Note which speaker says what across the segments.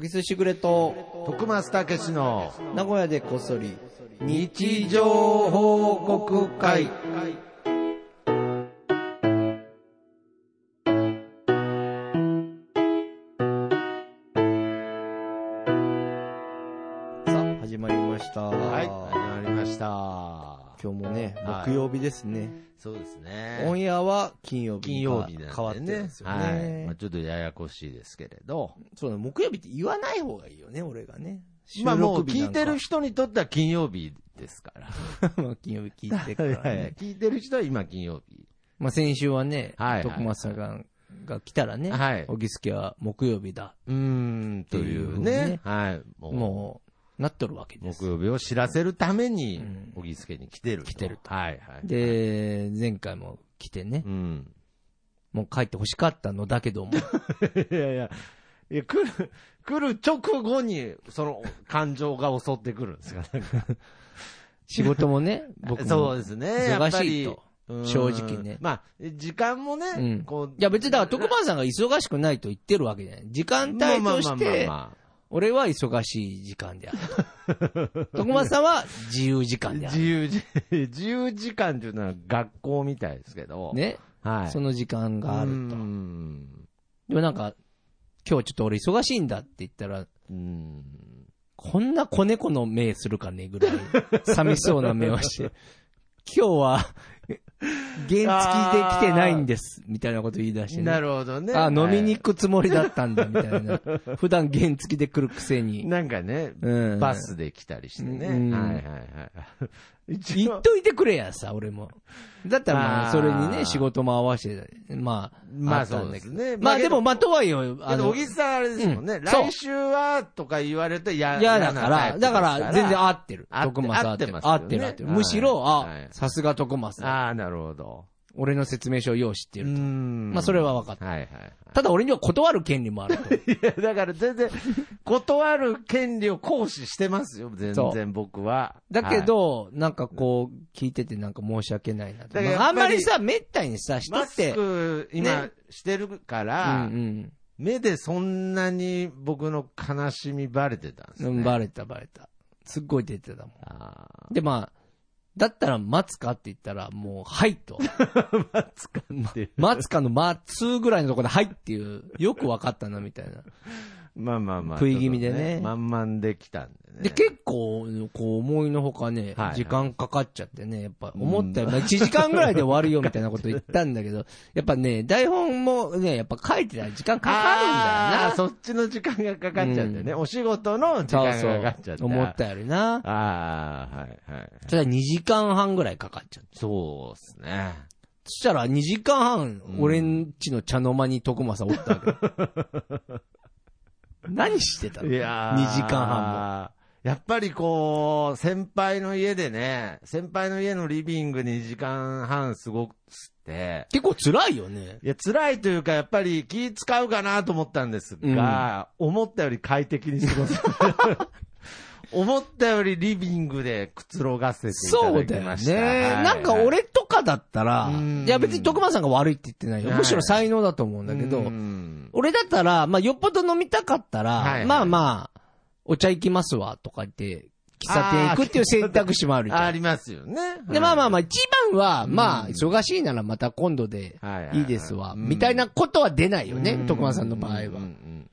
Speaker 1: ギスシグレと、
Speaker 2: 徳松たけしの
Speaker 1: 名古屋でこっそり、
Speaker 2: 日常報告会。
Speaker 1: さあ、始まりました。
Speaker 2: はい、始まりました。
Speaker 1: 今日もね、
Speaker 2: はい
Speaker 1: 木曜日ですね。
Speaker 2: そうです
Speaker 1: オン
Speaker 2: ね。
Speaker 1: エアは金曜日
Speaker 2: 金曜日なんで
Speaker 1: が
Speaker 2: ね。
Speaker 1: 変わってるんですよね。
Speaker 2: はい。まあちょっとややこしいですけれど。
Speaker 1: そうだ、木曜日って言わない方がいいよね、俺がね。
Speaker 2: まあもう
Speaker 1: 収録日
Speaker 2: 聞
Speaker 1: ないんか
Speaker 2: てる人にとっては金曜日ですから。
Speaker 1: まあ金曜日聞いてからね。
Speaker 2: 聞いてる人は今金曜日。
Speaker 1: まあ先週はね、
Speaker 2: はいはい
Speaker 1: 徳松さんがが来たらね、
Speaker 2: はい
Speaker 1: 小木助は木曜日だ。
Speaker 2: うーん、というね。はい。も
Speaker 1: もう、なっとるわけ
Speaker 2: う、
Speaker 1: です
Speaker 2: 木。曜日を知らせるために
Speaker 1: ん、
Speaker 2: 小木助に来てると。来
Speaker 1: てる
Speaker 2: はいはい。、
Speaker 1: で、前回も来てね
Speaker 2: う、ん。
Speaker 1: もう帰って欲しかったのだけども、
Speaker 2: いやいや、いや来る、来る直後に、その感情が襲ってくるんですか、ね、
Speaker 1: 仕事もね、僕
Speaker 2: そう
Speaker 1: も。
Speaker 2: ですね、や
Speaker 1: 忙
Speaker 2: っぱ
Speaker 1: しい
Speaker 2: り。
Speaker 1: と。
Speaker 2: うん
Speaker 1: 正直ね
Speaker 2: まあ、時間もね、
Speaker 1: うん
Speaker 2: こう。
Speaker 1: いや別にだから徳川さんが忙しくないと言ってるわけじゃない。時間帯として、
Speaker 2: ま
Speaker 1: 俺は忙しい時間であ ると。徳松さんは自由時
Speaker 2: あ
Speaker 1: 間であ
Speaker 2: 自
Speaker 1: る。
Speaker 2: 由じ、 自由時間というのは学校みたいですけど。。
Speaker 1: ね。
Speaker 2: はい。
Speaker 1: その時間があると
Speaker 2: う。ん。
Speaker 1: でもなんか、今日ちょっと俺忙しいんだって言ったら、
Speaker 2: うん。
Speaker 1: こんな子猫の目するかねぐらい、寂しそうな目をして、今日は、原付きで来てないんです、みたいなこと言い出して
Speaker 2: な
Speaker 1: ね。
Speaker 2: るほどね。
Speaker 1: あ、飲みに行
Speaker 2: は
Speaker 1: くつもりだったんだ、みたいな。普段原付きで来るくせ
Speaker 2: い。
Speaker 1: に。
Speaker 2: なんかね、
Speaker 1: うん。
Speaker 2: バ。スで来たりしてね。
Speaker 1: うん
Speaker 2: はいはい はい。一
Speaker 1: 行っ
Speaker 2: 応、
Speaker 1: といてくれや、さ、俺も。だったらまあ、
Speaker 2: あー
Speaker 1: それにね、仕事も合わせて、まあ、
Speaker 2: まあ
Speaker 1: ったん
Speaker 2: そう
Speaker 1: だけ
Speaker 2: です
Speaker 1: ど
Speaker 2: ね。
Speaker 1: まあでも、
Speaker 2: ま
Speaker 1: まあ、とはいえよ、
Speaker 2: あ、
Speaker 1: あ
Speaker 2: けど
Speaker 1: の
Speaker 2: 小、木さんあれですもんね。
Speaker 1: うんそう
Speaker 2: 来週はとか言われて嫌
Speaker 1: 嫌だから、だから全然合
Speaker 2: あ
Speaker 1: ってる。
Speaker 2: 合って
Speaker 1: 徳松合ってる。合
Speaker 2: 合
Speaker 1: っ
Speaker 2: ってて
Speaker 1: る
Speaker 2: ますよね
Speaker 1: 合ってる。むしろ、
Speaker 2: はいは
Speaker 1: あ
Speaker 2: い、
Speaker 1: さすが徳松だ。
Speaker 2: あー、なるほど。
Speaker 1: 俺の説明書を用意して
Speaker 2: う
Speaker 1: る。
Speaker 2: ん
Speaker 1: まあそれは分かった
Speaker 2: はいはいはい。
Speaker 1: ただ俺には断る権利もあると。
Speaker 2: い や、だから全然、断る権利を行使してますよ、全
Speaker 1: そ
Speaker 2: 然僕は。
Speaker 1: だけ
Speaker 2: はい、
Speaker 1: ど、なんかこう、聞いててなんか申し訳ないなと。
Speaker 2: だからやっ
Speaker 1: まあ、あ
Speaker 2: ぱ
Speaker 1: ん
Speaker 2: り
Speaker 1: まりさ、めったにさ、人
Speaker 2: マ
Speaker 1: っ
Speaker 2: ス
Speaker 1: て、
Speaker 2: ク今
Speaker 1: ね
Speaker 2: してるか
Speaker 1: う
Speaker 2: ら、
Speaker 1: ん
Speaker 2: 目でそんなに僕の悲しみバレてたんです
Speaker 1: う
Speaker 2: ね。
Speaker 1: ん。バレたバレた。すっごい出てたもん。
Speaker 2: あー
Speaker 1: で、まあ、だったら待つかって言ったら、もう、はい と。
Speaker 2: で
Speaker 1: 待つかの待つぐらいのところで、はいっていう、よく分かったな、みたいな。
Speaker 2: まあまあまあ。
Speaker 1: 食い気味でね
Speaker 2: ちょっと満々できたんでね。
Speaker 1: で、結構、こう、思いのほかね
Speaker 2: はいは、い
Speaker 1: 時間かかっちゃってね、やっぱ、思ったより、まあ1時間ぐらいで終わるよ、みたいなこと言ったんだけ ど、やっぱね、台本もね、やっぱ書いてたら時間か
Speaker 2: あ
Speaker 1: か
Speaker 2: ーそっちの時間がかかっちゃってね。お仕事の時
Speaker 1: るんだよな。
Speaker 2: 間がかかっちゃって。
Speaker 1: 思ったよりな。
Speaker 2: ああ、はいはい。
Speaker 1: それは2時間半ぐらいかかっちゃって。
Speaker 2: そうですね。
Speaker 1: そしたら2時間半、
Speaker 2: ん
Speaker 1: 俺んちの茶の間に徳間さんおったわ け。何してたの
Speaker 2: いや
Speaker 1: ?2 時間半も。
Speaker 2: 半も。やっぱりこう、先輩の家でね、先輩の家のリビングに2時間半過ごすって、
Speaker 1: 結構辛いよね。
Speaker 2: いや、辛いというか、やっぱり気使うかなと思ったんですが、思ったより快適に過ごせ 思ったよりリビングでくつろがせていた
Speaker 1: そうだ
Speaker 2: だき
Speaker 1: よ
Speaker 2: ました。
Speaker 1: ね。
Speaker 2: はい
Speaker 1: なんか、俺とかだったら
Speaker 2: う、ん
Speaker 1: いや別に徳間さんが悪いって言ってないよ。
Speaker 2: はい
Speaker 1: むしろ才能だと思うんだけ
Speaker 2: う
Speaker 1: ど、
Speaker 2: ん
Speaker 1: 俺だったら、まあよっぽど飲みたかった
Speaker 2: はいは
Speaker 1: ら、
Speaker 2: い
Speaker 1: まあまあ、お茶行きますわとか言って、喫茶店行くっていう選択肢もあるじ
Speaker 2: あ
Speaker 1: ゃん。
Speaker 2: りますよね。
Speaker 1: で、まあまあま
Speaker 2: あ、
Speaker 1: あ、一番は、まあ、
Speaker 2: うん
Speaker 1: 忙しいならまた今度で
Speaker 2: はいはい
Speaker 1: いですわ、
Speaker 2: うん
Speaker 1: みたいなことは出ないよ
Speaker 2: う
Speaker 1: ね、
Speaker 2: ん
Speaker 1: 徳間さんの場合
Speaker 2: うんう
Speaker 1: は。
Speaker 2: んうん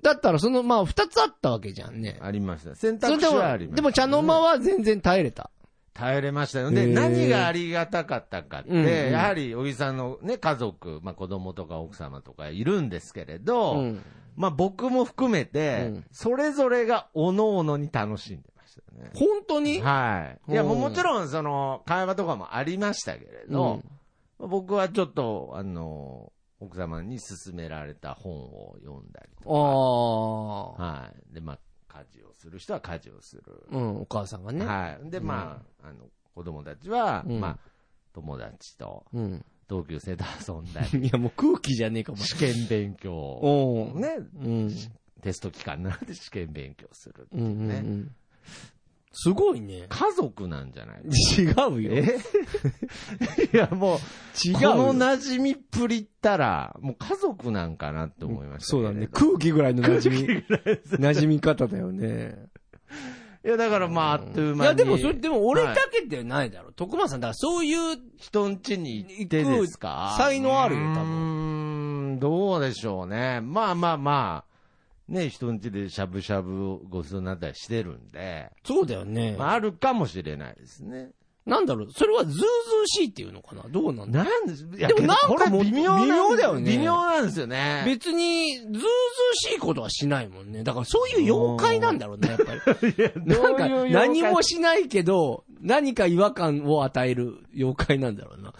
Speaker 1: だったら、その、まあ、二つあったわけじゃんね
Speaker 2: うん。ありました。選
Speaker 1: それ
Speaker 2: 択肢
Speaker 1: で
Speaker 2: はありまし
Speaker 1: も、
Speaker 2: た。
Speaker 1: でも茶の間は全然耐えれた。
Speaker 2: 耐えれましたよ。
Speaker 1: へ
Speaker 2: で、
Speaker 1: ー
Speaker 2: 何がありがたかったかって、
Speaker 1: うんうん
Speaker 2: やはり、小木さんのね、家族、まあ子供とか奥様とかいるんですけれど、
Speaker 1: うん。
Speaker 2: まあ僕も含めて、
Speaker 1: うん
Speaker 2: それぞれが各々に楽しんでましたね。
Speaker 1: 本当に
Speaker 2: はい。いや、
Speaker 1: うん
Speaker 2: もうもちろん、その、会話とかもありましたけれど、僕はちょっと、あの、奥様に勧められた本を読んだりとか、
Speaker 1: ああ。
Speaker 2: はい。で、まあ、家事をする人は家事をする。
Speaker 1: うん、お母さんがね。
Speaker 2: はい。で、まあ、あの、子供たちは、
Speaker 1: うん
Speaker 2: まあ、友達と、
Speaker 1: うん。
Speaker 2: 同級生と遊んだ り、
Speaker 1: いや、もう空気じゃねえかも。
Speaker 2: 試験勉強、
Speaker 1: おう
Speaker 2: ね、
Speaker 1: うん。
Speaker 2: テスト期間なんで試験勉強するっ
Speaker 1: う
Speaker 2: て
Speaker 1: ん
Speaker 2: いううん
Speaker 1: う
Speaker 2: ね。
Speaker 1: ん。すごいね。
Speaker 2: 家族なんじゃない
Speaker 1: 違うよ。
Speaker 2: え いや、もう、
Speaker 1: 違うよ
Speaker 2: この馴染みっぷりったら、もう家族なんかなって思いました、
Speaker 1: そうだね。。空気ぐらいの馴染み、馴染み方だよね。
Speaker 2: いや、だからまあ、あっという
Speaker 1: い
Speaker 2: 間に。
Speaker 1: や、でもそれ、でも俺
Speaker 2: は
Speaker 1: だ
Speaker 2: い
Speaker 1: けではないだろ。徳間さん、だからそういう、
Speaker 2: 人ん家に行ってですか
Speaker 1: 行く才能あるよ多分
Speaker 2: 分。うーん、どうでしょうね。まあまあまあ、ね、人ん家でしゃぶしゃぶをご馳走になったりしてるんで、
Speaker 1: そうだよね。
Speaker 2: まあ、あるかもしれないですね。
Speaker 1: なんだろう、それはズーズーしいっていうのかなどうなんだ
Speaker 2: なんいや
Speaker 1: でもなんか
Speaker 2: けどこれ
Speaker 1: もう
Speaker 2: 微妙なん
Speaker 1: 微妙だよね
Speaker 2: 微妙なんですよね。
Speaker 1: 別に、ズーズーしいことはしないもんね。だからそういう妖怪なんだろうね、やっぱ り。なんか、何もしないけど、何か違和感を与える妖怪なんだろうな。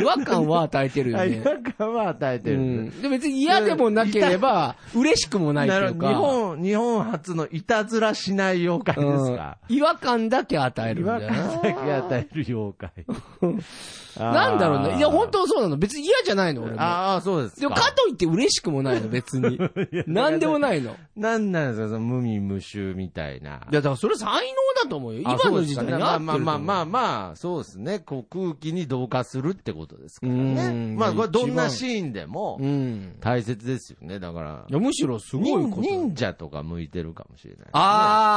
Speaker 1: 違和感は与えてるよ
Speaker 2: あ違
Speaker 1: ね。
Speaker 2: 和感 は与えて
Speaker 1: う
Speaker 2: る。
Speaker 1: ん。で別に嫌でもなければ、嬉しくもないって
Speaker 2: な
Speaker 1: い
Speaker 2: るほ
Speaker 1: う
Speaker 2: ど
Speaker 1: か。
Speaker 2: 日本、日本初のいたずらしない妖怪ですか。
Speaker 1: うん違和感だけ与える
Speaker 2: 違
Speaker 1: んだ
Speaker 2: 和
Speaker 1: よ
Speaker 2: 感
Speaker 1: な。
Speaker 2: だけ与える妖怪。
Speaker 1: なんだろうね。いや、本当
Speaker 2: 当
Speaker 1: そうなの。別に嫌じゃないの、俺も。
Speaker 2: あーあー、そうです
Speaker 1: で
Speaker 2: か。
Speaker 1: も、かといって嬉しくもないの、別 に。なんでもないの。い
Speaker 2: なんなんですか、その無味無臭みたいな。
Speaker 1: や、だからそれ才能だと思うよ。
Speaker 2: あ
Speaker 1: 今の時代に合ってる
Speaker 2: そうですかねまあまあまあ
Speaker 1: あ。
Speaker 2: まあ、そうですね。こう空気に同化するってことですから
Speaker 1: う
Speaker 2: ね。
Speaker 1: ん
Speaker 2: まあ、これどん
Speaker 1: 一番
Speaker 2: なシーンでも
Speaker 1: うん。
Speaker 2: 大切ですよね。だから
Speaker 1: い、や、むしろすごい
Speaker 2: 忍
Speaker 1: こと。
Speaker 2: 忍者とか向いてるかもしれない。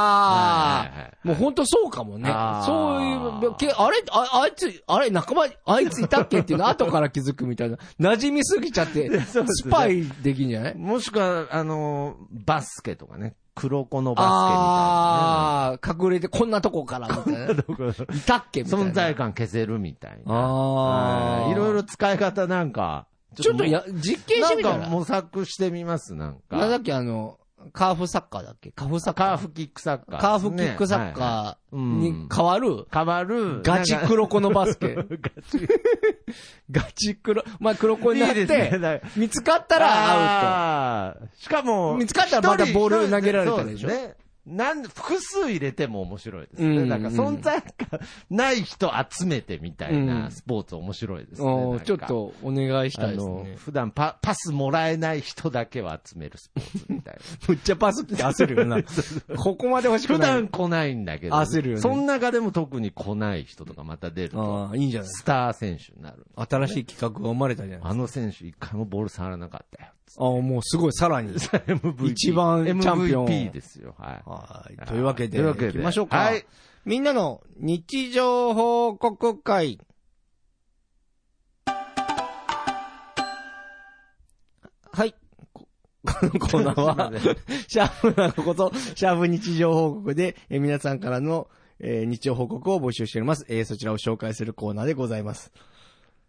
Speaker 1: あ
Speaker 2: はいはいは
Speaker 1: あ、
Speaker 2: い
Speaker 1: もう本当そうかもね
Speaker 2: あ。ー
Speaker 1: そういう、けあれあ、あいつ、あれ、仲間、あいついたっけっていうの後から気づくみたいな。 馴染みすぎちゃって、
Speaker 2: そうです
Speaker 1: ス
Speaker 2: ね
Speaker 1: パイできんじゃない
Speaker 2: もしくは、あの、バスケとかね。黒子のバ
Speaker 1: ああ、隠れてこんなとこからみたいな。
Speaker 2: スケみたいなね。どこ
Speaker 1: いたっけみたいな。
Speaker 2: 存在感消せるみたいな。
Speaker 1: あ
Speaker 2: は
Speaker 1: あ。
Speaker 2: いいろいろ使い方なんか、
Speaker 1: ちょっとや、実験してみた。
Speaker 2: なんから模索してみます、なんか。
Speaker 1: なんだっけ、あの、カーフサッカーだっけカーフサッカー。
Speaker 2: カーフキックサッカー、
Speaker 1: カーフキックサッ
Speaker 2: ー。はい
Speaker 1: カー
Speaker 2: はいうん
Speaker 1: に変わる、
Speaker 2: 変わる。
Speaker 1: ガチ
Speaker 2: なんか
Speaker 1: 黒子のバスケ。ガチ黒、まあ黒子になっ
Speaker 2: いいですね
Speaker 1: て、
Speaker 2: だか
Speaker 1: 見つかったらアウ
Speaker 2: ら、アウト。しかも、
Speaker 1: 見つかったらまた
Speaker 2: 一人
Speaker 1: ボール投げられたりでしょ
Speaker 2: そうすね。なん複数入れても面白いですね。
Speaker 1: うん
Speaker 2: なんか存在感ない人集めてみたいうなんスポーツ面白いです
Speaker 1: ト。
Speaker 2: ね。
Speaker 1: おー
Speaker 2: なんか
Speaker 1: ちょっとお願いし
Speaker 2: あ
Speaker 1: たいです
Speaker 2: の
Speaker 1: ね、。
Speaker 2: 普段パパスもらえない人だけを集めるスポーツみたいな。
Speaker 1: むっちゃパスって焦るよな。 ここまで欲しく
Speaker 2: 普
Speaker 1: ない。
Speaker 2: 段来ないんだけど、
Speaker 1: 焦るよね
Speaker 2: その中でも特に来ない人とかまた出ると、
Speaker 1: ああ、いいんじゃない
Speaker 2: スター選手になる。
Speaker 1: 新しい企画が生まれたじゃない
Speaker 2: あの選手一回もボール触らなか ったよ。
Speaker 1: ああ、もうすごい、さらに。
Speaker 2: MVP
Speaker 1: 一番チャンピオン
Speaker 2: MVP ですよ。はい。
Speaker 1: はい。
Speaker 2: い
Speaker 1: というわけで、
Speaker 2: というわけで
Speaker 1: 行きましょうか。
Speaker 2: はい
Speaker 1: みんなの日常報告会。はい。こ このコーナーは、シャープなこと、シャープ日常報告で、えー皆さんからの、えー日常報告を募集しております。えーそちらを紹介するコーナーでございます。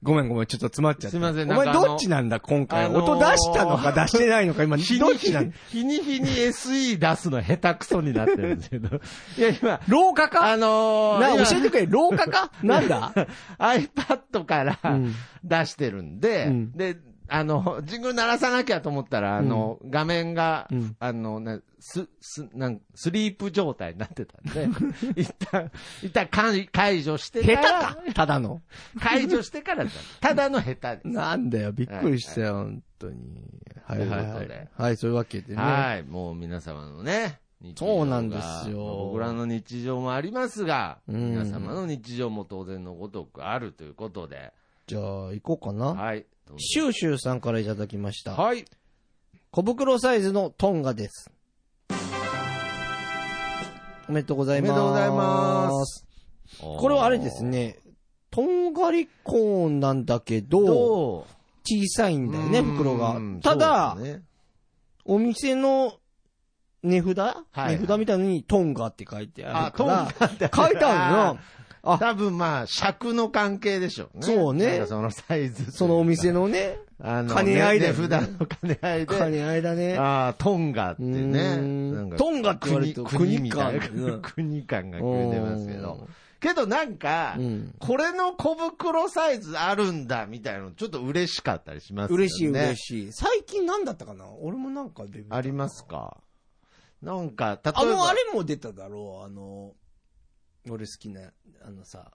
Speaker 1: ごめんごめん、ちょっと詰まっちゃった。
Speaker 2: すいません
Speaker 1: お
Speaker 2: なん
Speaker 1: 前
Speaker 2: かあの
Speaker 1: どっちなんだ、今回。
Speaker 2: あのー
Speaker 1: 音出したの か出してないのか、今、ど
Speaker 2: 日に
Speaker 1: っち
Speaker 2: 日
Speaker 1: なん
Speaker 2: に
Speaker 1: だ。、
Speaker 2: 日に日に SE 出すの下手くそになってるんですけど。いや、今、
Speaker 1: 廊下か
Speaker 2: あの
Speaker 1: な
Speaker 2: ー、
Speaker 1: 教えてくれ、廊下かなん だ
Speaker 2: 今 iPad から
Speaker 1: ん
Speaker 2: 出してるんで、
Speaker 1: うん
Speaker 2: で、あの、ジングル鳴らさなきゃと思ったら、あの、画面が、
Speaker 1: うん
Speaker 2: あの、なす、す、なん、スリープ状態になってたん で、一旦、一旦解解除して
Speaker 1: 下手
Speaker 2: から、
Speaker 1: かただの。
Speaker 2: 解除してからだただの下手です。
Speaker 1: なんだよ、びっくりしたよ、本当に。はいはい
Speaker 2: と
Speaker 1: は
Speaker 2: いうことで
Speaker 1: い。はい、そういうわけでね。
Speaker 2: はい、もう皆様のね、日常が
Speaker 1: そうなんですよ
Speaker 2: 僕らの日常もありますが、
Speaker 1: うん
Speaker 2: 皆様の日常も当然のごとくあるということで、
Speaker 1: じゃあ、行こうかな。
Speaker 2: はい。どうぞ
Speaker 1: シューシューさんからいただきました。
Speaker 2: はい。
Speaker 1: 小袋サイズのトンガです。おめでとうございます。
Speaker 2: おめでとうございます。
Speaker 1: これはあれです。ね、とんがりコーンなんだけど、
Speaker 2: ど
Speaker 1: 小さいんだよね、
Speaker 2: うん
Speaker 1: 袋が
Speaker 2: うん。
Speaker 1: ただ、
Speaker 2: そうですね
Speaker 1: お店の値札、
Speaker 2: い
Speaker 1: 値札みたいのにトンガって書いてあ
Speaker 2: あ、
Speaker 1: るか
Speaker 2: トン
Speaker 1: ら
Speaker 2: ガ。って
Speaker 1: 書いて あるの。あ
Speaker 2: 多分まあ、尺の関係でしょうね。
Speaker 1: そうね
Speaker 2: なんかそのサイズ。
Speaker 1: そのお店、のね、
Speaker 2: あの、
Speaker 1: 兼ね合いだよ
Speaker 2: で
Speaker 1: ね
Speaker 2: 普段の兼ね合いで。
Speaker 1: 金ね間ね。
Speaker 2: ああ、トンガってね。
Speaker 1: うーん
Speaker 2: なんか
Speaker 1: トンガって言われると
Speaker 2: 国みたい
Speaker 1: 国感
Speaker 2: な。国感が出てますけど。けどなんか
Speaker 1: う、ん。
Speaker 2: これの小袋サイズあるんだみたいなのちょっと嬉しかったりしますよね。
Speaker 1: 嬉しい嬉しい。最近何だったかな俺もなんか出
Speaker 2: ありますかなんか、例えば。
Speaker 1: あの、あれも出ただろう、あの、俺好きな、あのさ、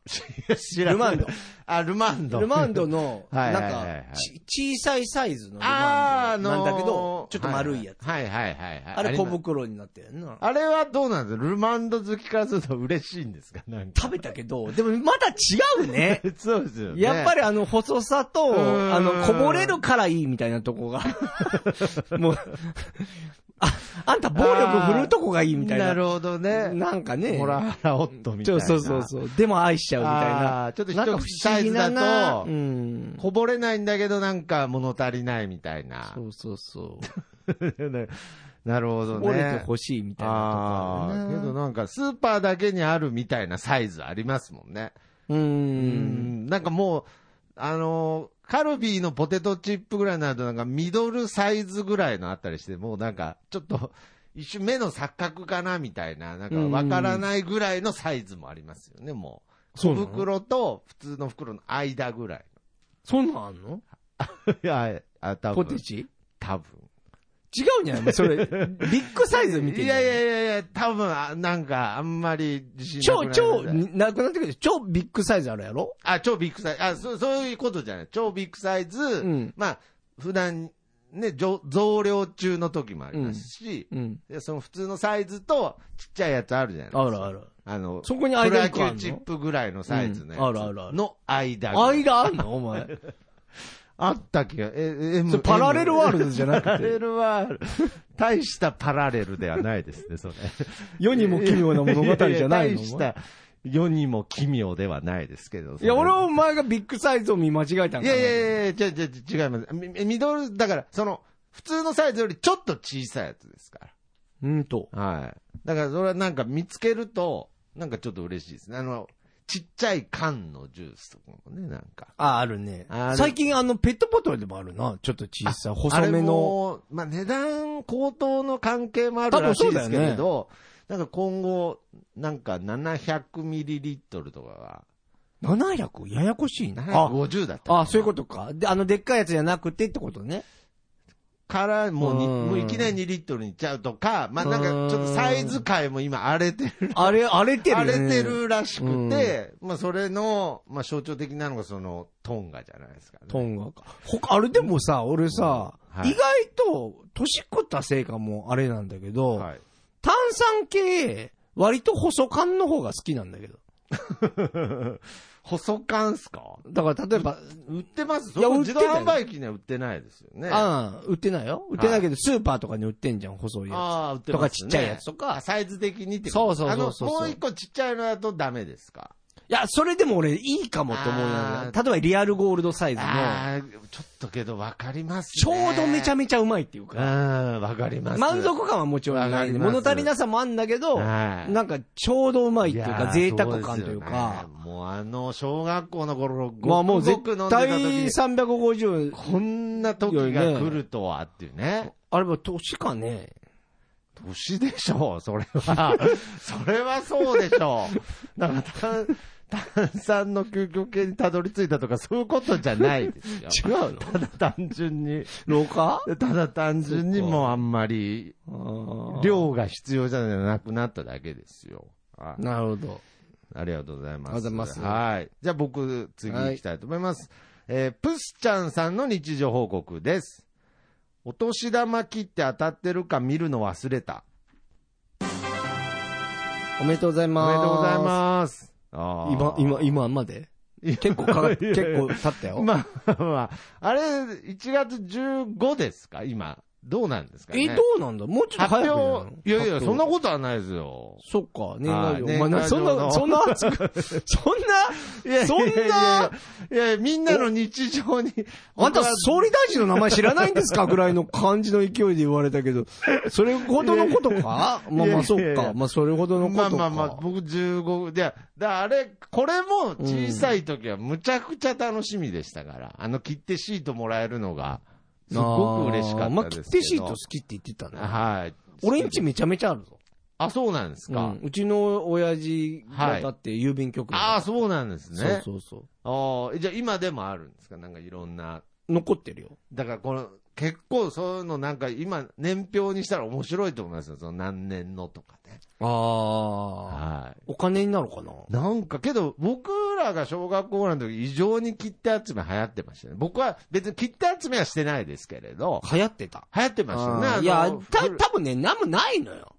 Speaker 2: 知ら
Speaker 1: ル
Speaker 2: な
Speaker 1: マ
Speaker 2: い
Speaker 1: ンド。。
Speaker 2: あ、ルマンド。
Speaker 1: ルマンドの、
Speaker 2: はい
Speaker 1: な
Speaker 2: はい
Speaker 1: ん
Speaker 2: はいはい
Speaker 1: か、ち小さいサイズのル
Speaker 2: あ
Speaker 1: マ
Speaker 2: ー
Speaker 1: ン
Speaker 2: あ
Speaker 1: ド
Speaker 2: のー
Speaker 1: なんだけど、ちょっと丸いやつ。
Speaker 2: はいはいはいはいはい。
Speaker 1: あれ
Speaker 2: り
Speaker 1: 小
Speaker 2: ます
Speaker 1: 袋になってるな。
Speaker 2: あれはどうなんですかルマンド好きからすると嬉しいんですかなんか。
Speaker 1: 食べたけど、でもまだ違うね。
Speaker 2: そうですよね。
Speaker 1: やっぱ
Speaker 2: り。
Speaker 1: りあの細さ
Speaker 2: う
Speaker 1: と、
Speaker 2: ーん
Speaker 1: あの、こぼれるからいいみたいなとこが。 もう、あ、あんた暴力振るうとこがいいみたいな。
Speaker 2: なるほどね。
Speaker 1: なんかね。
Speaker 2: ホラハラオットみたい
Speaker 1: そう
Speaker 2: な。
Speaker 1: そうそうそう。でも愛しちゃうみたいな。
Speaker 2: あーちょっと
Speaker 1: なんか
Speaker 2: 一
Speaker 1: 不
Speaker 2: 口サ
Speaker 1: 思
Speaker 2: イ
Speaker 1: 議
Speaker 2: ズ
Speaker 1: だ
Speaker 2: だ
Speaker 1: な。
Speaker 2: と
Speaker 1: う、ん。
Speaker 2: こぼれないんだけどなんか物足りないみたいな
Speaker 1: そ。うそうそう。
Speaker 2: なるほど
Speaker 1: こぼ
Speaker 2: ね。
Speaker 1: れてほしいみたい
Speaker 2: ああ
Speaker 1: な
Speaker 2: ー、け
Speaker 1: とこあ
Speaker 2: ど
Speaker 1: るな。
Speaker 2: なんかスーパーだけにあるみたいなサイズありますもんね。
Speaker 1: う。
Speaker 2: うんん。なんかもう、あのーカルビーのポテトチップぐらいになるとなんかミドルサイズぐらいのあったりして、もうなんかちょっと一瞬目の錯覚かなみたいな、なんかわからないぐらいのサイズもありますよね、もう。
Speaker 1: そ
Speaker 2: 小
Speaker 1: うなの
Speaker 2: 袋と普通の袋の間ぐらい。
Speaker 1: そんなんあんの
Speaker 2: いや、あ、多
Speaker 1: ポ
Speaker 2: 分
Speaker 1: テ。チ
Speaker 2: 多分。
Speaker 1: 違うんじゃないもうそ れ、ビッグサイズ見てん
Speaker 2: い
Speaker 1: じゃ
Speaker 2: や
Speaker 1: ない
Speaker 2: いやいやいや、多分、あなんか、あんまり自信なく
Speaker 1: 超、超、
Speaker 2: なるんで
Speaker 1: なくなってくる超ビッグサイズあるやろ
Speaker 2: あ、超ビッグサイズ。あ、そう、そういうことじゃない。超ビッグサイズ。
Speaker 1: ん
Speaker 2: まあ、普段、ね、増増量中の時もありますし、
Speaker 1: うん。
Speaker 2: でその普通のサイズと、ちっちゃいやつあるじゃないですか。
Speaker 1: あるある。
Speaker 2: あの、
Speaker 1: そこに
Speaker 2: プロ
Speaker 1: 間
Speaker 2: 野
Speaker 1: に
Speaker 2: 球
Speaker 1: ある
Speaker 2: チッ
Speaker 1: の
Speaker 2: プぐらいのサイズのやつ
Speaker 1: うんあるあるある
Speaker 2: の間ぐらい。
Speaker 1: 間あんのお 前。
Speaker 2: あった気が、え、え、M
Speaker 1: それパラレルワールドじゃな
Speaker 2: パラ
Speaker 1: くて、
Speaker 2: レルワールド。大したパラレルではないですね、それ。
Speaker 1: 世にも奇妙な物語じゃない
Speaker 2: やや
Speaker 1: の
Speaker 2: 大
Speaker 1: お
Speaker 2: し
Speaker 1: 前
Speaker 2: た世にも奇妙ではないですけど。
Speaker 1: いや、俺はお前がビッグサイズを見間違えたんか
Speaker 2: いやいやいや、違う違う違う違います。ミミドル、だから、その、普通のサイズよりちょっと小さいやつですか
Speaker 1: うんと。
Speaker 2: ら。はい。だから、それはなんか見つけると、なんかちょっと嬉しいですね。あの、ちっちゃい缶のジュースとかもね、なんか。
Speaker 1: あ、あるね
Speaker 2: ある
Speaker 1: 最近あの、ペットボトルでもあるな。ちょっと小さい、
Speaker 2: あ
Speaker 1: 細
Speaker 2: れ
Speaker 1: めの。
Speaker 2: も、まあ、値段高騰の関係もあるらしいですけれど、なんか今後、なんか700ミリリットルとかが、
Speaker 1: 700? ややこしいな。あ、
Speaker 2: 750だったかな
Speaker 1: あ、そういうことか。で、あの、でっかいやつじゃなくてってこと ね。
Speaker 2: から、もうに、
Speaker 1: うん
Speaker 2: もういきなり2リットルにいっちゃうとか、まあなんかちょっとサイズ変えも今荒れてる、
Speaker 1: あれ、荒れてるよ
Speaker 2: 荒
Speaker 1: ね。
Speaker 2: れて。るらしくて、まあそれの、まあ象徴的なのがそのトンガじゃないですかね。
Speaker 1: トンガか。他、あれでもさ、俺さ、
Speaker 2: はい
Speaker 1: 意外と、年食ったせいかもあれなんだけど、
Speaker 2: はい。
Speaker 1: 炭酸系、割と細缶の方が好きなんだけど。
Speaker 2: 細缶っすか
Speaker 1: だから、例えば、
Speaker 2: 売ってます
Speaker 1: いや
Speaker 2: その
Speaker 1: 売って
Speaker 2: 自
Speaker 1: た
Speaker 2: 動
Speaker 1: よ
Speaker 2: 販売機には売ってないですよね。
Speaker 1: ああ、売ってないよ。売ってないけど、スーパーとかに売ってんじゃん、細いや
Speaker 2: ああ、売って
Speaker 1: つ。と
Speaker 2: ます、
Speaker 1: かちっちゃいやつ。と
Speaker 2: あ
Speaker 1: か。
Speaker 2: サイズ的にってこと
Speaker 1: そうそうそうそう
Speaker 2: あの、もう一個ちっちゃいのだとダメですか
Speaker 1: いや、それでも俺、いいかもって思うよ
Speaker 2: あ
Speaker 1: ね。例えば、リアルゴールドサイズの、
Speaker 2: ああ、ちょっとけどわかります
Speaker 1: ちょうどめちゃ
Speaker 2: め
Speaker 1: めちゃうまいっていう
Speaker 2: ちゃ。
Speaker 1: か、
Speaker 2: うん、わかります。
Speaker 1: 満足感はもちろん
Speaker 2: わか
Speaker 1: な
Speaker 2: り
Speaker 1: い。
Speaker 2: ます
Speaker 1: 物足りなさもあんだけど、
Speaker 2: はい
Speaker 1: なんか、ちょうどうまいっていう
Speaker 2: や
Speaker 1: か、
Speaker 2: ー
Speaker 1: 贅沢感というか
Speaker 2: そ、うですよねもうあの、小学校の頃、
Speaker 1: まあもう絶
Speaker 2: ごくごく
Speaker 1: 対
Speaker 2: 飲んでた時
Speaker 1: 350、
Speaker 2: こんな時が来るとはっていうね。
Speaker 1: あれは年かね。
Speaker 2: 年でしょう、それ は。それはそうでしょう。だから炭、炭酸の究極系にたどり着いたとか、そういうことじゃないですよ。
Speaker 1: 違うの
Speaker 2: ただ単純に、
Speaker 1: 老化
Speaker 2: ただ単純にもうあんまり、
Speaker 1: 量。
Speaker 2: 量が必要じゃなくなっただけですよ。はい
Speaker 1: なるほど。
Speaker 2: ありがとうございます。
Speaker 1: ありがとうございます
Speaker 2: はい。じゃあ僕、次行きたいと思います。えープスちゃんさんの日常報告です。お年玉切って当たってるか見るの忘れた。
Speaker 1: おめでとうござい
Speaker 2: お
Speaker 1: ます。
Speaker 2: めでとうございます。あー
Speaker 1: 今、今、。今まで結構か かって、結構経ったよ。
Speaker 2: まあまあ、あれ、1月15ですか今。どうなんですかね
Speaker 1: え、どうなんだもうちょっと
Speaker 2: 発
Speaker 1: 早くじゃな
Speaker 2: 表、いやいや、そんな
Speaker 1: と。
Speaker 2: ことはないですよ。
Speaker 1: そっか、年賀
Speaker 2: は
Speaker 1: 状。
Speaker 2: い
Speaker 1: お前な、
Speaker 2: 年賀
Speaker 1: そん
Speaker 2: 状の
Speaker 1: な、そんな熱く、そん
Speaker 2: いや
Speaker 1: な、そん
Speaker 2: いやい
Speaker 1: な、
Speaker 2: やいや、みんなの日常に。
Speaker 1: あんた
Speaker 2: 僕は
Speaker 1: 総理大臣の名前知らないんです かぐらいの感じの勢いで言われたけど、それほどのことかまあまあ、そ
Speaker 2: いや
Speaker 1: っ
Speaker 2: いやいや
Speaker 1: か。まあ、それほどのこと
Speaker 2: まあ
Speaker 1: か。
Speaker 2: まあまあ、僕15、いや、だあれ、これも小さい時はむちゃくちゃ楽しみでしたから、あの切手シートもらえるのが、すごく嬉しか
Speaker 1: あー
Speaker 2: っ
Speaker 1: ま
Speaker 2: た
Speaker 1: あ、
Speaker 2: で
Speaker 1: 切
Speaker 2: すけど。
Speaker 1: 手シート好きって言ってたね。
Speaker 2: はい。
Speaker 1: 俺んちめちゃめちゃあるぞ。
Speaker 2: あ、そうなんです
Speaker 1: う
Speaker 2: か。
Speaker 1: んうちの親父がだって郵便局
Speaker 2: ああ、
Speaker 1: だ
Speaker 2: そうなんですね。
Speaker 1: そうそうそう。
Speaker 2: ああ、じゃあ今でもあるんですかなんかいろんな。
Speaker 1: 残ってるよ。
Speaker 2: だからこの、結構そういうのなんか今年表にしたら面白いと思いますよ。その何年のとかね。
Speaker 1: ああ。
Speaker 2: はい。
Speaker 1: お金になるかな
Speaker 2: なんかけど、僕らが小学校ぐらいの時、異常に切手集め流行ってましたね。僕は別に切手集めはしてないですけれど、
Speaker 1: 流行ってた。
Speaker 2: 流行ってましたよねあ
Speaker 1: あー
Speaker 2: の。
Speaker 1: いや、た、
Speaker 2: 古
Speaker 1: 多分ね、なんもないの よ。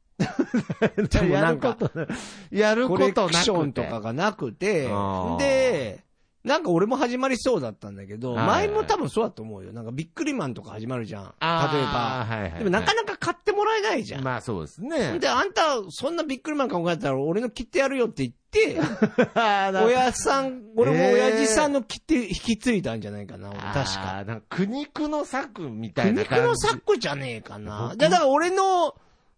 Speaker 1: でも
Speaker 2: や
Speaker 1: な
Speaker 2: る
Speaker 1: ん
Speaker 2: こ
Speaker 1: か、
Speaker 2: とな、やる
Speaker 1: コ
Speaker 2: こ
Speaker 1: レ
Speaker 2: と
Speaker 1: ク
Speaker 2: な
Speaker 1: ショ
Speaker 2: く
Speaker 1: ンと
Speaker 2: て。
Speaker 1: かがなくて
Speaker 2: あー、
Speaker 1: で、なんか俺も始まりそうだったんだけど、
Speaker 2: はいは
Speaker 1: 前
Speaker 2: い
Speaker 1: も多分そうだと思うよ。なんかビックリマンとか始まるじゃん。例え
Speaker 2: あ
Speaker 1: ば。
Speaker 2: ーはいはいはい
Speaker 1: でもなかなか買ってもらえないじゃん。
Speaker 2: まあそうです ね。
Speaker 1: で、あんた、そんなビックリマン考えたら俺の切ってやるよって 言って、
Speaker 2: あーなんか
Speaker 1: 親さん、俺も親父さんの切って引き継いだんじゃないかな、俺確か。
Speaker 2: あー。なんか苦肉の策みたい
Speaker 1: 苦
Speaker 2: な
Speaker 1: 肉
Speaker 2: 感じ。
Speaker 1: の策じゃねえかな。
Speaker 2: 僕
Speaker 1: だだから俺の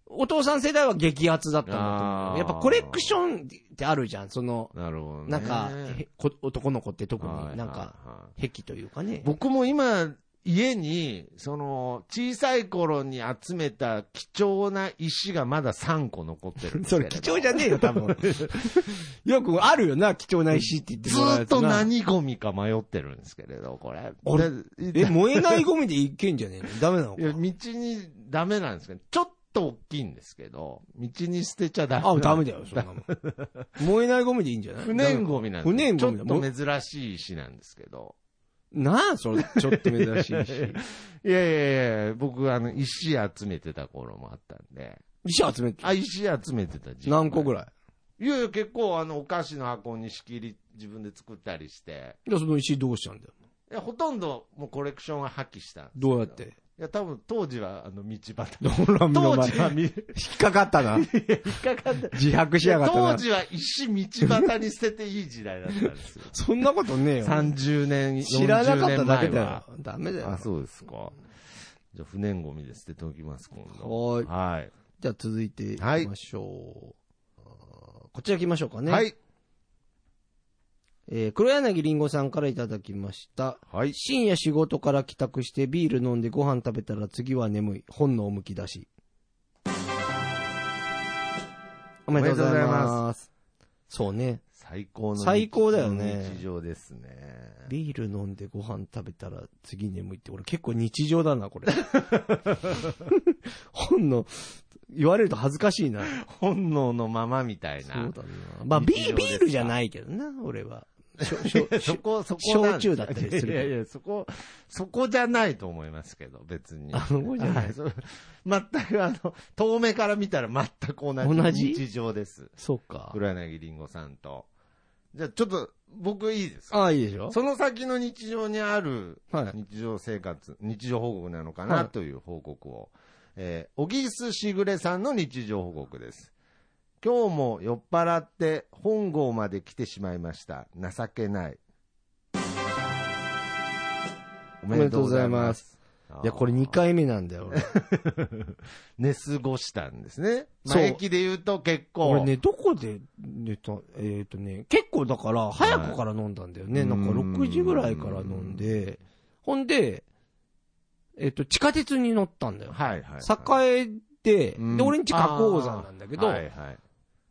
Speaker 1: お父さん世代は激アツだったんだと思
Speaker 2: あ
Speaker 1: う。
Speaker 2: ー
Speaker 1: やっぱコレクションってあるじゃん、その、
Speaker 2: なるほどね。
Speaker 1: なんか、へこ男の子って特
Speaker 2: はいはい
Speaker 1: になんか、
Speaker 2: はい
Speaker 1: 癖というかね。
Speaker 2: 僕も今、家に、その、小さい頃に集めた貴重な石がまだ3個残ってるんです
Speaker 1: そ
Speaker 2: け
Speaker 1: れ
Speaker 2: ど。
Speaker 1: 貴重じゃねえよ、多 分。よくあるよな、貴重な石って言って
Speaker 2: ず
Speaker 1: もらう
Speaker 2: ー
Speaker 1: や
Speaker 2: っ
Speaker 1: つな
Speaker 2: と何ゴミか迷ってるんですけれど、これ。
Speaker 1: あれ
Speaker 2: で
Speaker 1: え、燃えないゴミでいけんじゃねえの ダメなの
Speaker 2: いや、
Speaker 1: か
Speaker 2: 道にダメなんですけど、ちょっと大きいんですけど、道に捨てちゃダメ。
Speaker 1: あ、ダメだよ、そんなもん。燃えないゴミでいいんじゃない
Speaker 2: 不燃ゴミなんです
Speaker 1: 不燃ゴミ
Speaker 2: ち
Speaker 1: だ
Speaker 2: ょっと珍しい石なんですけど。
Speaker 1: なあ、それ、ちょっと珍しいし。
Speaker 2: いやいやいや、僕、あの、石集めてた頃もあったんで。
Speaker 1: 石集めて。
Speaker 2: あ、石集めてた時期
Speaker 1: 何個ぐ
Speaker 2: い
Speaker 1: らい
Speaker 2: いやいや、結構、あの、お菓子の箱に仕切り自分で作ったりして。
Speaker 1: じゃあその石どうしたんだよ。
Speaker 2: いや、ほとんど、もうコレクションは破棄したんですけ
Speaker 1: どうやって。
Speaker 2: いや、多分、当時は、あの、道端。
Speaker 1: ほら、目の
Speaker 2: 当
Speaker 1: 前。
Speaker 2: 時は、み引
Speaker 1: 引っかかったな。
Speaker 2: っかかって。
Speaker 1: 自白しやがった
Speaker 2: 当
Speaker 1: な。
Speaker 2: 時は石道端に捨てていい時代だったんですよ。
Speaker 1: そんなことねえよ。
Speaker 2: 30年、
Speaker 1: 知らなかっただけだ
Speaker 2: 40年前は
Speaker 1: よ。ダメだよ
Speaker 2: あ、。そうですか。じゃあ、不燃ゴミで捨てておきます、今度。
Speaker 1: はーい。
Speaker 2: はい。
Speaker 1: じゃあ続いていきましょう。あーこちら行きましょうかね。
Speaker 2: は。い。
Speaker 1: えー、黒柳りんごさんからいただきました。
Speaker 2: はい。
Speaker 1: 深夜仕事から帰宅してビール飲んでご飯食べたら次は眠い。本能むき出し。おめでとうござい
Speaker 2: おめでとうござい
Speaker 1: ます。そうね。
Speaker 2: 最高の日。
Speaker 1: 最高だよね
Speaker 2: 日常ですね。
Speaker 1: ビール飲んでご飯食べたら次眠いって、俺結構日常だな、これ。 本能、言われると恥ずかしいな。
Speaker 2: 本能のままみたい
Speaker 1: そう
Speaker 2: な。
Speaker 1: だな。まあ、ビ
Speaker 2: 日
Speaker 1: ー
Speaker 2: 常で
Speaker 1: ビ
Speaker 2: すか
Speaker 1: ールじゃないけどな、俺は。しょしょ し
Speaker 2: そ
Speaker 1: ょ
Speaker 2: こ、そこなん
Speaker 1: 焼
Speaker 2: です
Speaker 1: 酎だったりするけど
Speaker 2: いやいや、そこ、そこじゃないと思いますけど、別に。
Speaker 1: あそこじゃない
Speaker 2: はそう全くあの、遠目から見たら全く同
Speaker 1: 同
Speaker 2: じ
Speaker 1: じ
Speaker 2: 日常です。
Speaker 1: そうか。
Speaker 2: 黒柳りんごさんと。じゃあ、ちょっと、僕いいですか
Speaker 1: ああ、いいでしょ
Speaker 2: その先の日常にある
Speaker 1: はい。
Speaker 2: 日常生活、日常報告なのか
Speaker 1: は
Speaker 2: ないという報告を、えー、小木須しぐれさんの日常報告です。今日も酔っ払って本郷まで来てしまいました。情けない。お
Speaker 1: めでとうございます。いや、これ2
Speaker 2: 回。
Speaker 1: 回目なんだよ、俺。
Speaker 2: 寝過ごしたんですね。まあ、
Speaker 1: そう
Speaker 2: 駅で言うと結構。
Speaker 1: 俺ね、どこで寝た、えっ、とね、結構だから、早くから飲んだんだよね。
Speaker 2: はい
Speaker 1: なんか6時ぐらいから飲んで、ほんで、えっ、と、地下鉄に乗ったんだよ。
Speaker 2: はいはい、はい。
Speaker 1: 栄で、
Speaker 2: うん
Speaker 1: で、俺んち花崗山なんだけど、
Speaker 2: はいはい。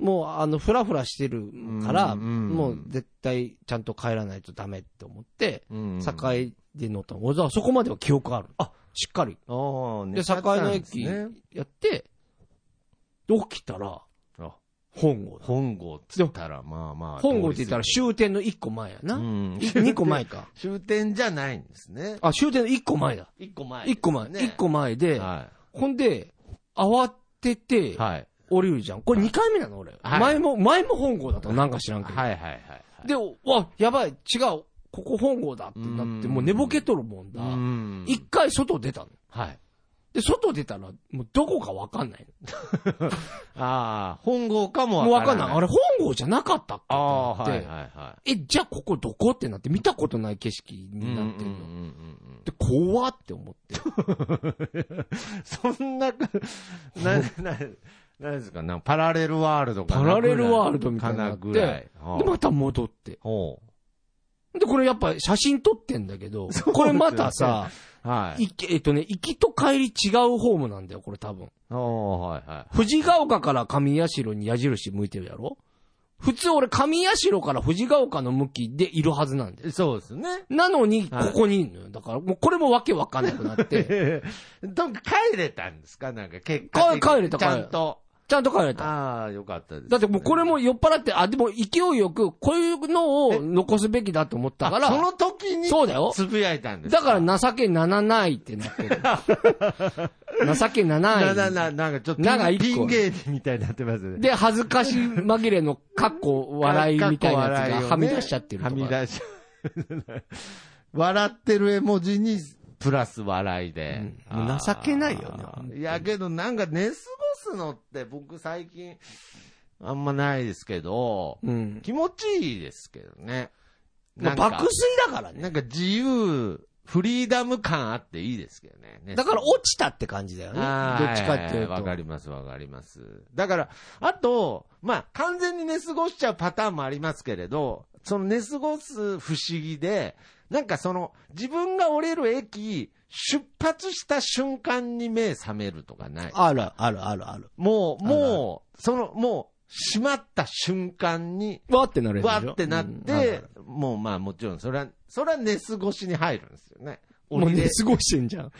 Speaker 1: もう、あの、ふらふらしてるから、
Speaker 2: うんうん
Speaker 1: もう絶対ちゃんと帰らないとダメって思って、
Speaker 2: うん
Speaker 1: 栄で乗ったの。俺はそこまでは記憶ある。あ、しっかり。
Speaker 2: おー
Speaker 1: で、
Speaker 2: 寝ちゃ
Speaker 1: 栄
Speaker 2: ったん
Speaker 1: の
Speaker 2: です
Speaker 1: 駅
Speaker 2: ね
Speaker 1: やって、で起きたら、
Speaker 2: あ
Speaker 1: 本郷だ。
Speaker 2: 本郷っつったら、まあまあ。
Speaker 1: 本郷って言ったら
Speaker 2: 通
Speaker 1: 終点の1個前やな。
Speaker 2: り過ぎうん
Speaker 1: い2個前 か。
Speaker 2: 終点じゃないんですね。
Speaker 1: あ、終点の1個前だ。
Speaker 2: 一個前。
Speaker 1: 1個前。1個前で、
Speaker 2: は
Speaker 1: ほんで、慌てて
Speaker 2: い。、はい。
Speaker 1: 降りるじゃん。これ2回目なの、俺。
Speaker 2: はい
Speaker 1: 前も、前も本郷だったのなんか知らんけど。
Speaker 2: はいはいはい。
Speaker 1: で、うわ、やばい、違う、ここ本郷だってなって、
Speaker 2: うん
Speaker 1: もう寝ぼけとるもんだ
Speaker 2: う。ん。
Speaker 1: 一回外出たの。
Speaker 2: はい。
Speaker 1: で、外出たら、もうどこかわかんない
Speaker 2: ああ、本郷かも
Speaker 1: の。もう
Speaker 2: わ
Speaker 1: わ
Speaker 2: か
Speaker 1: からんない。
Speaker 2: ない。
Speaker 1: あれ、本郷じゃなかったっけ
Speaker 2: ああ、
Speaker 1: って
Speaker 2: は
Speaker 1: なっ
Speaker 2: い
Speaker 1: て
Speaker 2: はいは
Speaker 1: え、じゃあここどこってなって、見たことない景色
Speaker 2: い。
Speaker 1: になってるの。
Speaker 2: ん
Speaker 1: で、怖って思って。
Speaker 2: そんな、 な、な、なんですか、なんパラレルワールドかな
Speaker 1: パラレルワールドみたいになって
Speaker 2: かぐらい。はあ
Speaker 1: で、また戻って。
Speaker 2: ほ
Speaker 1: で、これやっぱ写真撮ってんだけ ど、これまたさ、
Speaker 2: う。はい。
Speaker 1: いきえっとね、行きと帰り違うホームなんだよ、これ多分。
Speaker 2: おーはいはい。
Speaker 1: 富士ヶ丘から上社に矢印向いてるやろ普通俺上社から富士ヶ丘の向きでいるはずなんだよ。
Speaker 2: そうですね。
Speaker 1: なのに、こ
Speaker 2: はい
Speaker 1: こにいるのよ。だから、もうこれもわけわ かんなくなって。
Speaker 2: ええ、と帰れたんですかなんか結果的に
Speaker 1: 帰帰れた
Speaker 2: ちゃんと。
Speaker 1: ちゃんと帰れた。
Speaker 2: ああ、よかったです、
Speaker 1: だってもうこれ
Speaker 2: も
Speaker 1: も酔っ払って、あ、でも勢いよく、こういうのを残すべきだと思ったから、
Speaker 2: その時に、
Speaker 1: そうだよ
Speaker 2: つぶやいたんです。
Speaker 1: だから情けならないってなってる。情けならない。
Speaker 2: な、な、な、なんかちょっと
Speaker 1: なんか
Speaker 2: ピン、
Speaker 1: 一個
Speaker 2: ピン芸人みたいになってますよね。
Speaker 1: で、恥ずかし紛れのかっこ笑いみたい なやつがはみ出しちゃってると
Speaker 2: は
Speaker 1: か。
Speaker 2: み出し、笑ってる絵文字に、プラス笑いで。
Speaker 1: うんもう情けないよね
Speaker 2: あーいや、けどなんか寝過ごすのって僕最近、あんまないですけど、
Speaker 1: うん。
Speaker 2: 気持ちいいですけどね。
Speaker 1: ま
Speaker 2: な
Speaker 1: あ
Speaker 2: んか
Speaker 1: 爆睡だから
Speaker 2: な
Speaker 1: ね
Speaker 2: ん。か自由、フリーダム感あっていいですけどね。ね
Speaker 1: だから落ちたって感じだよね。ど
Speaker 2: あー
Speaker 1: っちかっていうと。
Speaker 2: はははわかります、わかります。だから、あと、まあ、完全に寝過ごしちゃうパターンもありますけれど、その寝過ごす不思議で、なんかその、自分が降りる駅、出発した瞬間に目覚めるとかない。
Speaker 1: あるあるあるある。
Speaker 2: もう、
Speaker 1: ある
Speaker 2: もう、その、もう、閉まった瞬間に、
Speaker 1: わーってなるやつでし
Speaker 2: わ
Speaker 1: ょ
Speaker 2: ってなっ
Speaker 1: うんあるあ
Speaker 2: て
Speaker 1: る、
Speaker 2: もうまあもちろん、それは、それは寝過ごしに入るんですよね。
Speaker 1: もう
Speaker 2: 降り
Speaker 1: 寝
Speaker 2: れ
Speaker 1: 過ごしてんじゃん。
Speaker 2: だ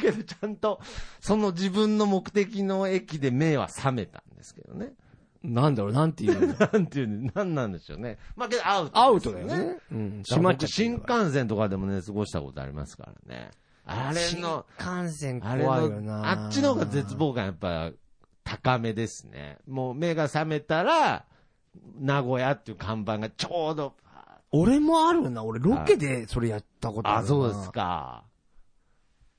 Speaker 2: けど、ちゃんと、その自分の目的の駅で目は覚めたんですけどね。
Speaker 1: なんだろう、なんていうの。
Speaker 2: なんていうの、なんなんでしょうね。まあ、けどアウト、
Speaker 1: アウトだよね。。うん。
Speaker 2: だ
Speaker 1: 閉
Speaker 2: か
Speaker 1: まっちゃっ
Speaker 2: ら僕
Speaker 1: てる
Speaker 2: 新
Speaker 1: から
Speaker 2: 幹線とかでもね、過ごしたことありますからね。あれの、
Speaker 1: 新幹線
Speaker 2: あ
Speaker 1: 怖い
Speaker 2: れの、
Speaker 1: よな。
Speaker 2: あっちの方が絶。望感やっぱ高めですね。もう目が覚めたら、名古屋っていう看板がちょうど、
Speaker 1: 俺もあるな。俺ロケでそれやったことある
Speaker 2: あ、
Speaker 1: な。
Speaker 2: そうです。か。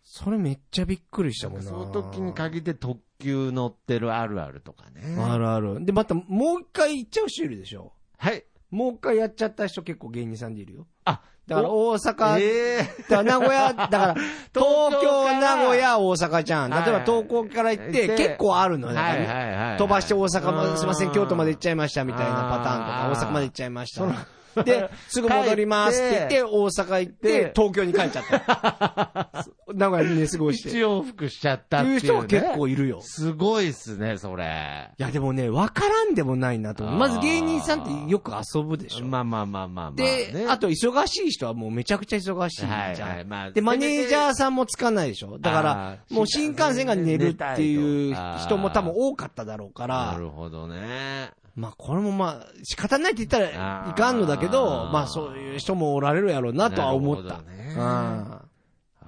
Speaker 1: それめっちゃびっくりしたもんな。
Speaker 2: その時に限って特急乗ってるあるあるとかね。
Speaker 1: あるある。で、またもう一回行っちゃう人いるでしょ。
Speaker 2: はい。
Speaker 1: もう一回やっちゃった人結構芸人さんでいるよ。
Speaker 2: あ、
Speaker 1: だから大阪、
Speaker 2: ええ
Speaker 1: だから名古屋、だから、
Speaker 2: 東
Speaker 1: 東
Speaker 2: 京
Speaker 1: 京、名古屋、大阪じゃん。例えば東京から行って、
Speaker 2: はい
Speaker 1: 結構あるのね。
Speaker 2: はいはいはい。
Speaker 1: 飛ばして大阪まで、すいません、京都まで行っちゃいましたみたいなパター
Speaker 2: あ
Speaker 1: ン
Speaker 2: ー
Speaker 1: とか、大阪まで行っちゃいました。で、すぐ戻りますって言って、大阪行って
Speaker 2: で、
Speaker 1: 東京に帰っちゃった。 名古屋に寝過ごして。
Speaker 2: 一往復しちゃっ
Speaker 1: っ
Speaker 2: たってていう、
Speaker 1: い
Speaker 2: ね。
Speaker 1: う人が結構いるよ。
Speaker 2: すごいっすね、それ。
Speaker 1: いや、でもね、わからんでもないなと思う。
Speaker 2: あー
Speaker 1: まず芸人さんってよく遊ぶでしょ。
Speaker 2: まあまあまあまあまあ、ね。
Speaker 1: で、あと忙しい人はもうめちゃくちゃ忙しいじゃ
Speaker 2: はいはい
Speaker 1: ん。
Speaker 2: まあ
Speaker 1: で、マネージャーさんもつかないでしょ。だから
Speaker 2: あ、ー
Speaker 1: もう新幹線が寝るっていう
Speaker 2: 寝たいと
Speaker 1: 人も多分多かっただろうか
Speaker 2: な
Speaker 1: ら、
Speaker 2: るほどね。
Speaker 1: まあこれもまあ仕方ないって言ったら
Speaker 2: あー
Speaker 1: いかんのだけど、まあそういう人もおられるやろうなとは思っ
Speaker 2: なる
Speaker 1: た
Speaker 2: ほ。どね
Speaker 1: うん
Speaker 2: あ、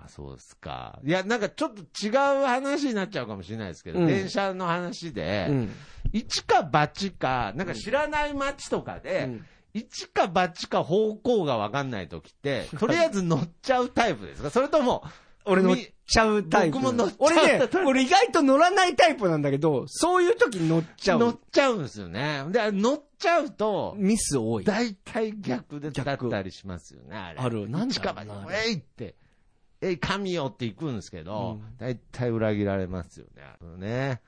Speaker 2: そうですか。いや、なんかちょっと違う話になっちゃうかもしれないですけど、
Speaker 1: うん
Speaker 2: 電車の話で、
Speaker 1: うん
Speaker 2: 一か八か、なんか知らない街とかで、
Speaker 1: うん
Speaker 2: 一か八か方向がわかんない時って、とりあえず乗っちゃうタイプですかそれとも、
Speaker 1: 俺乗っちゃうタイプ。
Speaker 2: 僕も乗っちゃう
Speaker 1: 俺ね、俺意外と乗らないタイプなんだけど、そういう時乗っちゃ
Speaker 2: 乗っ
Speaker 1: う。
Speaker 2: ちゃうんですよね。で、乗っちゃうと、
Speaker 1: ミス多い。
Speaker 2: 大体逆でだったりしますよね、あれ。
Speaker 1: あるなんだ
Speaker 2: 近
Speaker 1: ろう
Speaker 2: 場
Speaker 1: な
Speaker 2: に、
Speaker 1: あれ
Speaker 2: えいって、えい、神よって行くんですけど、
Speaker 1: うん
Speaker 2: 大体裏切られますよね。あのね。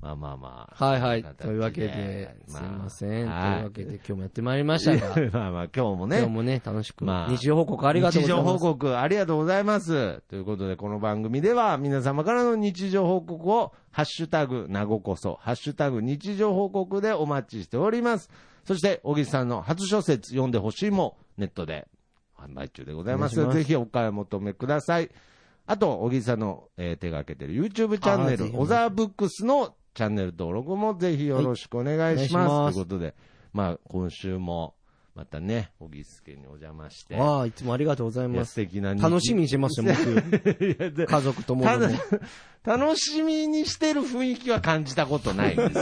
Speaker 2: まあまあまあ。
Speaker 1: はいはい。
Speaker 2: 形
Speaker 1: というわけで、す
Speaker 2: ま
Speaker 1: い
Speaker 2: あ
Speaker 1: ません。という
Speaker 2: はい
Speaker 1: わけで今日もやってまいりましたが、
Speaker 2: いや まあまあ、今日もね。
Speaker 1: 今日もね、楽しく、
Speaker 2: まあ
Speaker 1: 日常報告ありがとうござい
Speaker 2: 日常
Speaker 1: ます。
Speaker 2: 報告ありがとうございます。ということで、この番組では皆様からの日常報告を、ハッシュタグ、なごこそ、ハッシュタグ、日常報告でお待ちしております。そして、小木さんの初小説、読んでほしいも、ネットで販売中でございます。
Speaker 1: お願いします
Speaker 2: ぜひお買い求めください。あと、小木さんの、えー手がけてる YouTube チャン
Speaker 1: あー
Speaker 2: ネ
Speaker 1: ぜひ
Speaker 2: ル、
Speaker 1: ね
Speaker 2: 小沢ブックスのチャンネル登録もぜひよろしくお願いします。
Speaker 1: はいお願いします
Speaker 2: ということで、まあ、今週も、またね、小木助にお邪魔して。
Speaker 1: ああ、いつもありがとうござい
Speaker 2: いや
Speaker 1: ます。
Speaker 2: 素敵な日
Speaker 1: 楽しみにしてますよ、僕。家族とも
Speaker 2: た
Speaker 1: ど
Speaker 2: だ
Speaker 1: も。、
Speaker 2: 楽しみにしてる雰囲気は感じたことないです。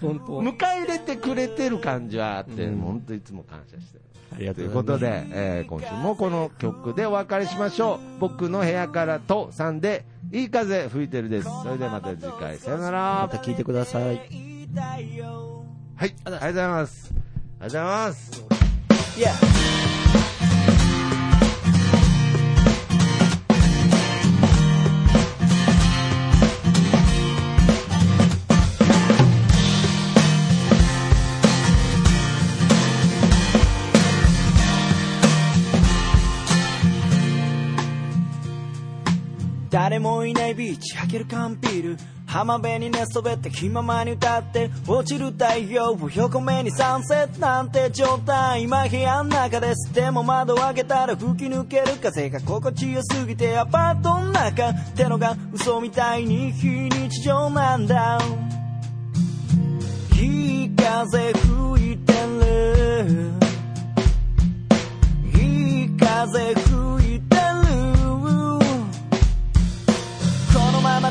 Speaker 1: 本当
Speaker 2: 迎え入れてくれてる感じはあって、本当いつも感謝してる。
Speaker 1: ありが
Speaker 2: ということで、えー今週もこの曲でお別れしましょう。僕の部屋からとさんで、いい風吹いてるです。それではまた次回、さよな
Speaker 1: ま
Speaker 2: ら。
Speaker 1: た聞いてください。
Speaker 2: はい、ありがとうございます。ありがとうございます。
Speaker 3: 誰もいないビーチ開ける缶ビール浜辺に寝そべって気ままに歌って落ちる太陽を横目にサンセットなんて状態今部屋の中ですでも窓を開けたら吹き抜ける風が心地よすぎてアパートの中ってのが嘘みたいに非日常なんだいい風吹いてるいい風吹いてるこのまま